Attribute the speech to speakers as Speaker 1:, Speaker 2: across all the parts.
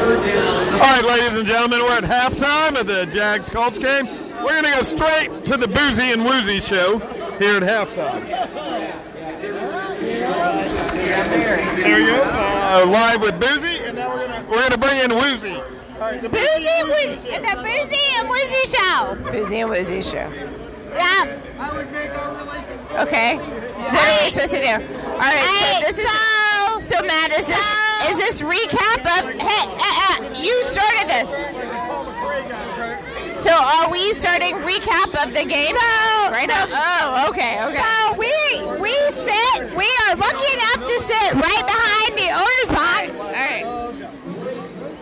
Speaker 1: All right, ladies and gentlemen, we're at halftime of the Jags Colts game. We're going to go straight to the Boozy and Woozy show here at halftime. There you go. Uh, live with Boozy, and now we're going to we're going to bring in Woozy. All right, the
Speaker 2: Boozy and Woozy, the Boozy and Woozy show. Boozy and Woozy show. Yeah.
Speaker 3: I would make our relationship.
Speaker 2: Okay. What are we supposed to do? All right. so this is so, Matt. Is this is this recap of? Hey, uh, uh, you started this. So are we starting recap of the game? So, right now. Oh, okay, okay. So we we sit. We are lucky enough to sit right behind the owner's box. All right.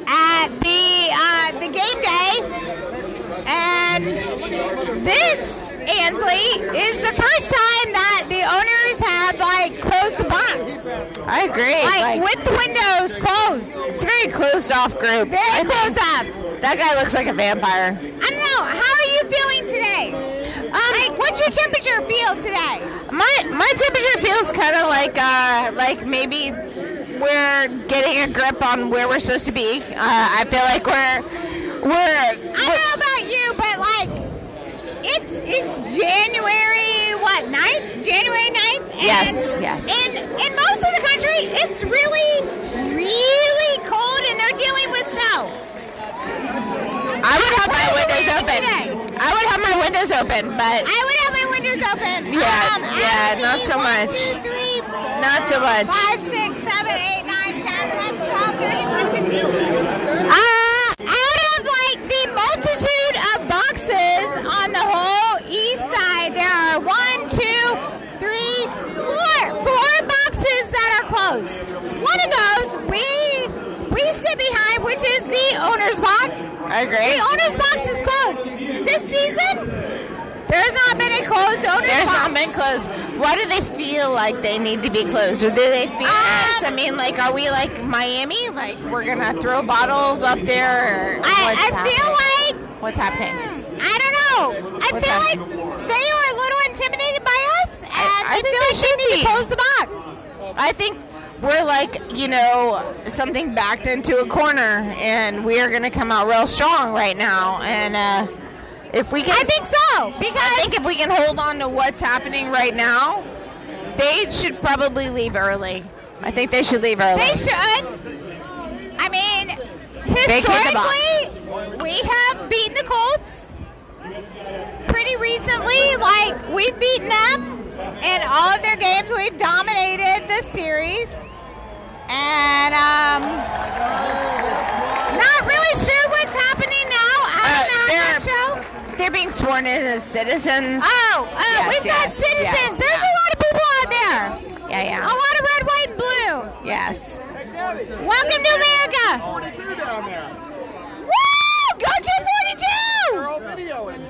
Speaker 2: At the uh, the game day, and this Ansley is the first time that the owners have like closed the box. I agree. Like, with the windows closed. It's a very closed off group. Very closed off. That guy looks like a vampire. I don't know. How are you feeling today? Um, like, what's your temperature feel today? My my temperature feels kind of like uh like maybe we're getting a grip on where we're supposed to be. Uh, I feel like we're we're
Speaker 3: I don't know about you, but like, it's it's January what 9th? January 9th? And
Speaker 2: Yes, yes.
Speaker 3: In in most of the country, it's really really cold, and they're dealing with snow.
Speaker 2: I would have my
Speaker 3: Why are you
Speaker 2: windows
Speaker 3: leaving
Speaker 2: open.
Speaker 3: today?
Speaker 2: I would have my windows open, but
Speaker 3: I would have my windows open.
Speaker 2: Yeah,
Speaker 3: Um, I
Speaker 2: yeah,
Speaker 3: would
Speaker 2: not
Speaker 3: be
Speaker 2: so
Speaker 3: one,
Speaker 2: much.
Speaker 3: two, three, four,
Speaker 2: not so much.
Speaker 3: five, six, seven, eight, nine, ten, eleven, twelve, thirteen, fourteen, fifteen.
Speaker 2: Uh, out of like the multitude of boxes on the whole east side, there are one, two, three, four, four boxes that are closed. One of those we we sit behind, which is the owner's box. I agree. The owner's box is closed this season. There's not been a closed owner's There's not been closed. Why do they feel like they need to be closed? Or do they feel us? I mean, like, are we like Miami? Like, we're gonna throw bottles up there? Or what's
Speaker 3: I, I
Speaker 2: happening?
Speaker 3: feel like
Speaker 2: What's happening?
Speaker 3: I don't know. I
Speaker 2: What's
Speaker 3: feel
Speaker 2: that?
Speaker 3: like they are a little intimidated by us, and
Speaker 2: I
Speaker 3: I,
Speaker 2: think
Speaker 3: feel
Speaker 2: they
Speaker 3: like
Speaker 2: should
Speaker 3: they need
Speaker 2: be.
Speaker 3: to close the box.
Speaker 2: I think we're like, you know, something backed into a corner, and we are gonna come out real strong right now. And uh, if we can, I think so. Because I think if we can hold on to what's happening right now, they should probably leave early. I think they should leave early.
Speaker 3: They should. I mean,
Speaker 2: They kick the box.
Speaker 3: historically, we have beaten the Colts pretty recently. Like we've beaten them in all of their games. We've dominated the series, and um, not really sure what's happening now. I
Speaker 2: Uh,
Speaker 3: don't know how
Speaker 2: they're-
Speaker 3: that show.
Speaker 2: They're being sworn in as citizens.
Speaker 3: Oh, uh,
Speaker 2: Yes,
Speaker 3: we've got
Speaker 2: yes,
Speaker 3: citizens.
Speaker 2: yes.
Speaker 3: There's a lot of people out there.
Speaker 2: yeah,
Speaker 3: A
Speaker 2: yeah.
Speaker 3: lot of red, white, and blue.
Speaker 2: Yes.
Speaker 3: Welcome to America.
Speaker 4: Forty-two down there.
Speaker 3: Woo! Go to 42!
Speaker 4: They're all videoing.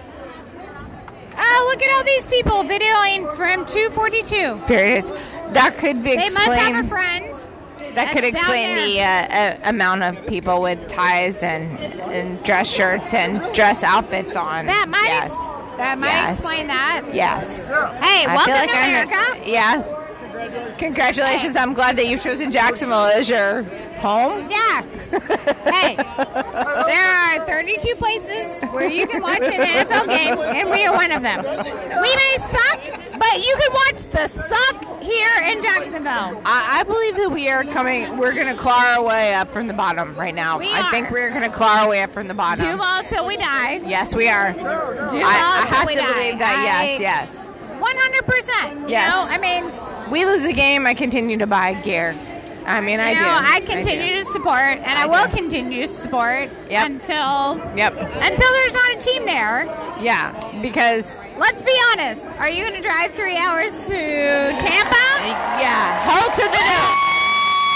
Speaker 3: Oh, look at all these people videoing from 242.
Speaker 2: There it is. That could be
Speaker 3: They
Speaker 2: explained.
Speaker 3: must have a friend.
Speaker 2: That could
Speaker 3: That's down
Speaker 2: explain the uh, uh, amount of people with ties and, and dress shirts and dress outfits on.
Speaker 3: That might
Speaker 2: yes.
Speaker 3: ex- that might
Speaker 2: Yes.
Speaker 3: explain that.
Speaker 2: yes. I
Speaker 3: Hey, welcome
Speaker 2: feel like
Speaker 3: to
Speaker 2: I'm.
Speaker 3: America.
Speaker 2: A, yeah. Congratulations. I'm glad that you've chosen Jacksonville as your home.
Speaker 3: yeah. Hey, there are 32 places where you can watch an NFL game, and we are one of them. We may suck, but you can watch the suck here in Jacksonville.
Speaker 2: I, I believe that we are coming. We're going to claw our way up from the bottom right now.
Speaker 3: We
Speaker 2: I think
Speaker 3: are.
Speaker 2: we're going to claw our way up from the bottom.
Speaker 3: Duval till we die.
Speaker 2: Yes, we are.
Speaker 3: Duval
Speaker 2: I, I
Speaker 3: till
Speaker 2: have
Speaker 3: we
Speaker 2: to
Speaker 3: die.
Speaker 2: believe that.
Speaker 3: I-
Speaker 2: Yes, yes. Yes.
Speaker 3: 100%. You know, I mean,
Speaker 2: We lose a game. I continue to buy gear. I mean, I
Speaker 3: you
Speaker 2: do.
Speaker 3: know, I
Speaker 2: do.
Speaker 3: continue to support, and I,
Speaker 2: I
Speaker 3: will
Speaker 2: do.
Speaker 3: continue to support
Speaker 2: Yep.
Speaker 3: until
Speaker 2: Yep.
Speaker 3: until there's not a team there.
Speaker 2: Yeah, because
Speaker 3: Let's be honest. Are you going to drive three hours to Tampa?
Speaker 2: yeah, hold to the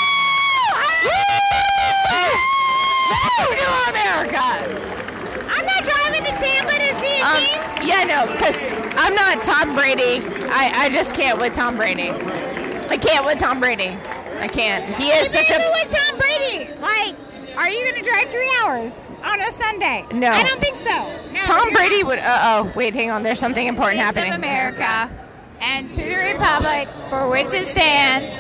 Speaker 2: no. New America.
Speaker 3: I'm not driving to Tampa to see a
Speaker 2: Um,
Speaker 3: team.
Speaker 2: yeah, no, because I'm not Tom Brady. I, I just can't with Tom Brady. I can't with Tom Brady. I can't. He is
Speaker 3: Even
Speaker 2: such
Speaker 3: if it
Speaker 2: a
Speaker 3: was Tom Brady, like, are you going to drive three hours on a Sunday?
Speaker 2: No.
Speaker 3: I don't think so. No,
Speaker 2: Tom
Speaker 3: you're
Speaker 2: Brady would. Uh oh, wait, hang on. There's something important
Speaker 3: States
Speaker 2: happening.
Speaker 3: of America and to the republic for which it stands,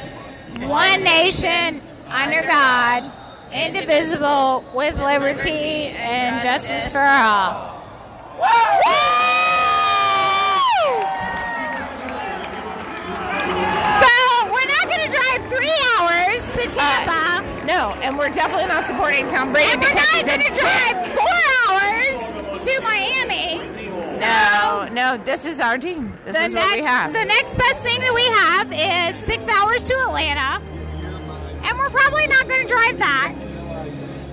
Speaker 3: one nation under God, indivisible, with liberty and justice for all. So we're not going to drive three hours to Tampa,
Speaker 2: No, and we're definitely not supporting Tom Brady
Speaker 3: and we're
Speaker 2: Uh, because
Speaker 3: not
Speaker 2: he's a
Speaker 3: going to drive four hours to Miami.
Speaker 2: No, no, this is our team. This
Speaker 3: The
Speaker 2: is what we
Speaker 3: next-
Speaker 2: have.
Speaker 3: The next best thing that we have is six hours to Atlanta, and we're probably not going to drive that.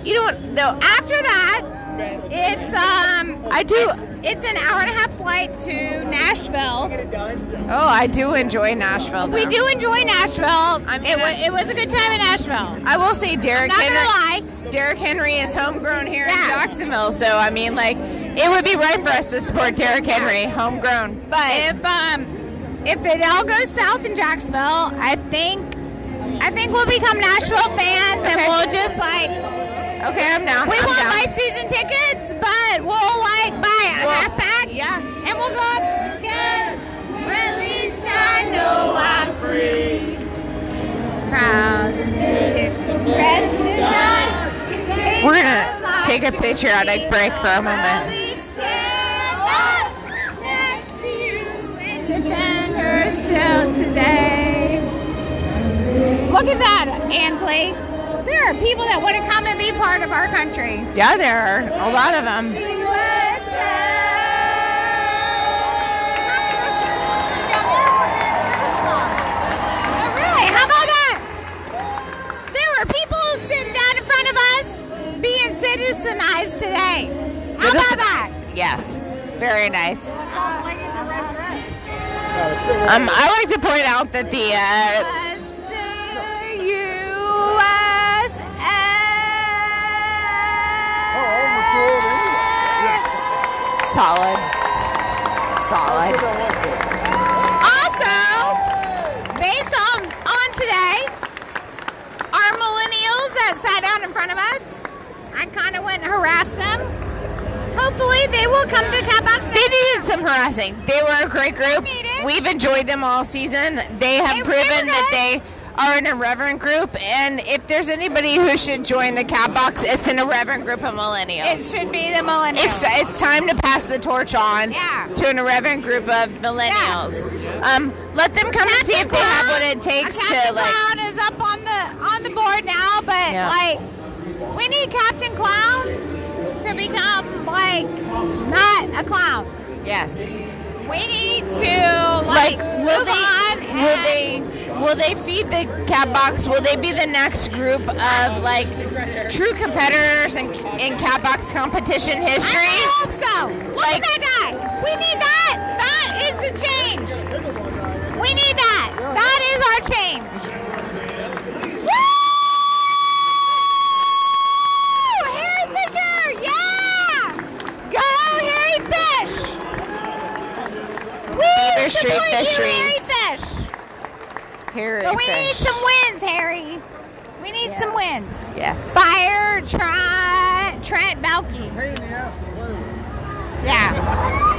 Speaker 2: you know what? Though
Speaker 3: After that, it's um,
Speaker 2: I do.
Speaker 3: it's an hour and a half flight to Nashville.
Speaker 2: Oh, I do enjoy Nashville.
Speaker 3: We
Speaker 2: though.
Speaker 3: do enjoy Nashville.
Speaker 2: I mean,
Speaker 3: it, wa-
Speaker 2: I-
Speaker 3: it was a good time in Nashville.
Speaker 2: I will say Derek
Speaker 3: I'm not
Speaker 2: Henry. Derrick Henry is homegrown here
Speaker 3: Yeah.
Speaker 2: in Jacksonville, so I mean, like, it would be right for us to support Derrick Henry, homegrown. But
Speaker 3: If um, if it all goes south in Jacksonville, I think I think we'll become Nashville fans, and
Speaker 2: Okay.
Speaker 3: we'll just like
Speaker 2: okay, I'm down.
Speaker 3: we
Speaker 2: I'm
Speaker 3: won't
Speaker 2: down.
Speaker 3: buy season tickets, but we'll like buy a
Speaker 2: Well,
Speaker 3: half pack.
Speaker 2: yeah.
Speaker 3: and we'll go up. Again. Or At least I know I'm free. Proud. Rest in life.
Speaker 2: We're gonna take a picture on a break for a moment.
Speaker 3: Proudly stand up next to you and defend her still today. Look at that, Ansley. There are people that want to come and be part of our country.
Speaker 2: Yeah, there are a lot of them.
Speaker 3: Alright, how about that? There were people sitting down in front of us being citizenized today. How about that?
Speaker 2: Yes, very nice.
Speaker 3: lady in the red dress.
Speaker 2: Um, I like to point out that the uh,
Speaker 3: USA.
Speaker 2: solid, solid.
Speaker 3: Also, based on, on today, our millennials that sat down in front of us, I kind of went and harassed them. Hopefully, they will come to Catbox.
Speaker 2: They needed some harassing. They were a great group.
Speaker 3: Needed.
Speaker 2: We've enjoyed them all season. They have
Speaker 3: They- they
Speaker 2: proven
Speaker 3: were
Speaker 2: that
Speaker 3: good.
Speaker 2: they are an irreverent group. And if there's anybody who should join the cat box, it's an irreverent group of
Speaker 3: It
Speaker 2: millennials.
Speaker 3: should be the millennials.
Speaker 2: It's, it's time to pass the torch on
Speaker 3: Yeah.
Speaker 2: to an irreverent group of millennials. Um, let them come and see if they have what it takes to
Speaker 3: Captain
Speaker 2: like.
Speaker 3: Clown is up on the on the board now, but
Speaker 2: Yeah.
Speaker 3: like we need Captain Clown to become like not a clown.
Speaker 2: Yes.
Speaker 3: We need to
Speaker 2: like
Speaker 3: like,
Speaker 2: will
Speaker 3: move
Speaker 2: they
Speaker 3: on.
Speaker 2: will
Speaker 3: and-
Speaker 2: they will they feed the cat box will they be the next group of like true competitors in, in cat box competition
Speaker 3: I
Speaker 2: history
Speaker 3: hope so. Look at that guy. We need that. That is the change. We need that. That is our change. Woo! Harry Fisher, yeah! Go Harry Fish. We
Speaker 2: Beaver Street
Speaker 3: support you,
Speaker 2: Fisheries.
Speaker 3: Harry Fish.
Speaker 2: Harry
Speaker 3: But we need
Speaker 2: Fish.
Speaker 3: some wins, Harry. We need some wins.
Speaker 2: yes
Speaker 3: Fire Trent Trent Balky. Yeah.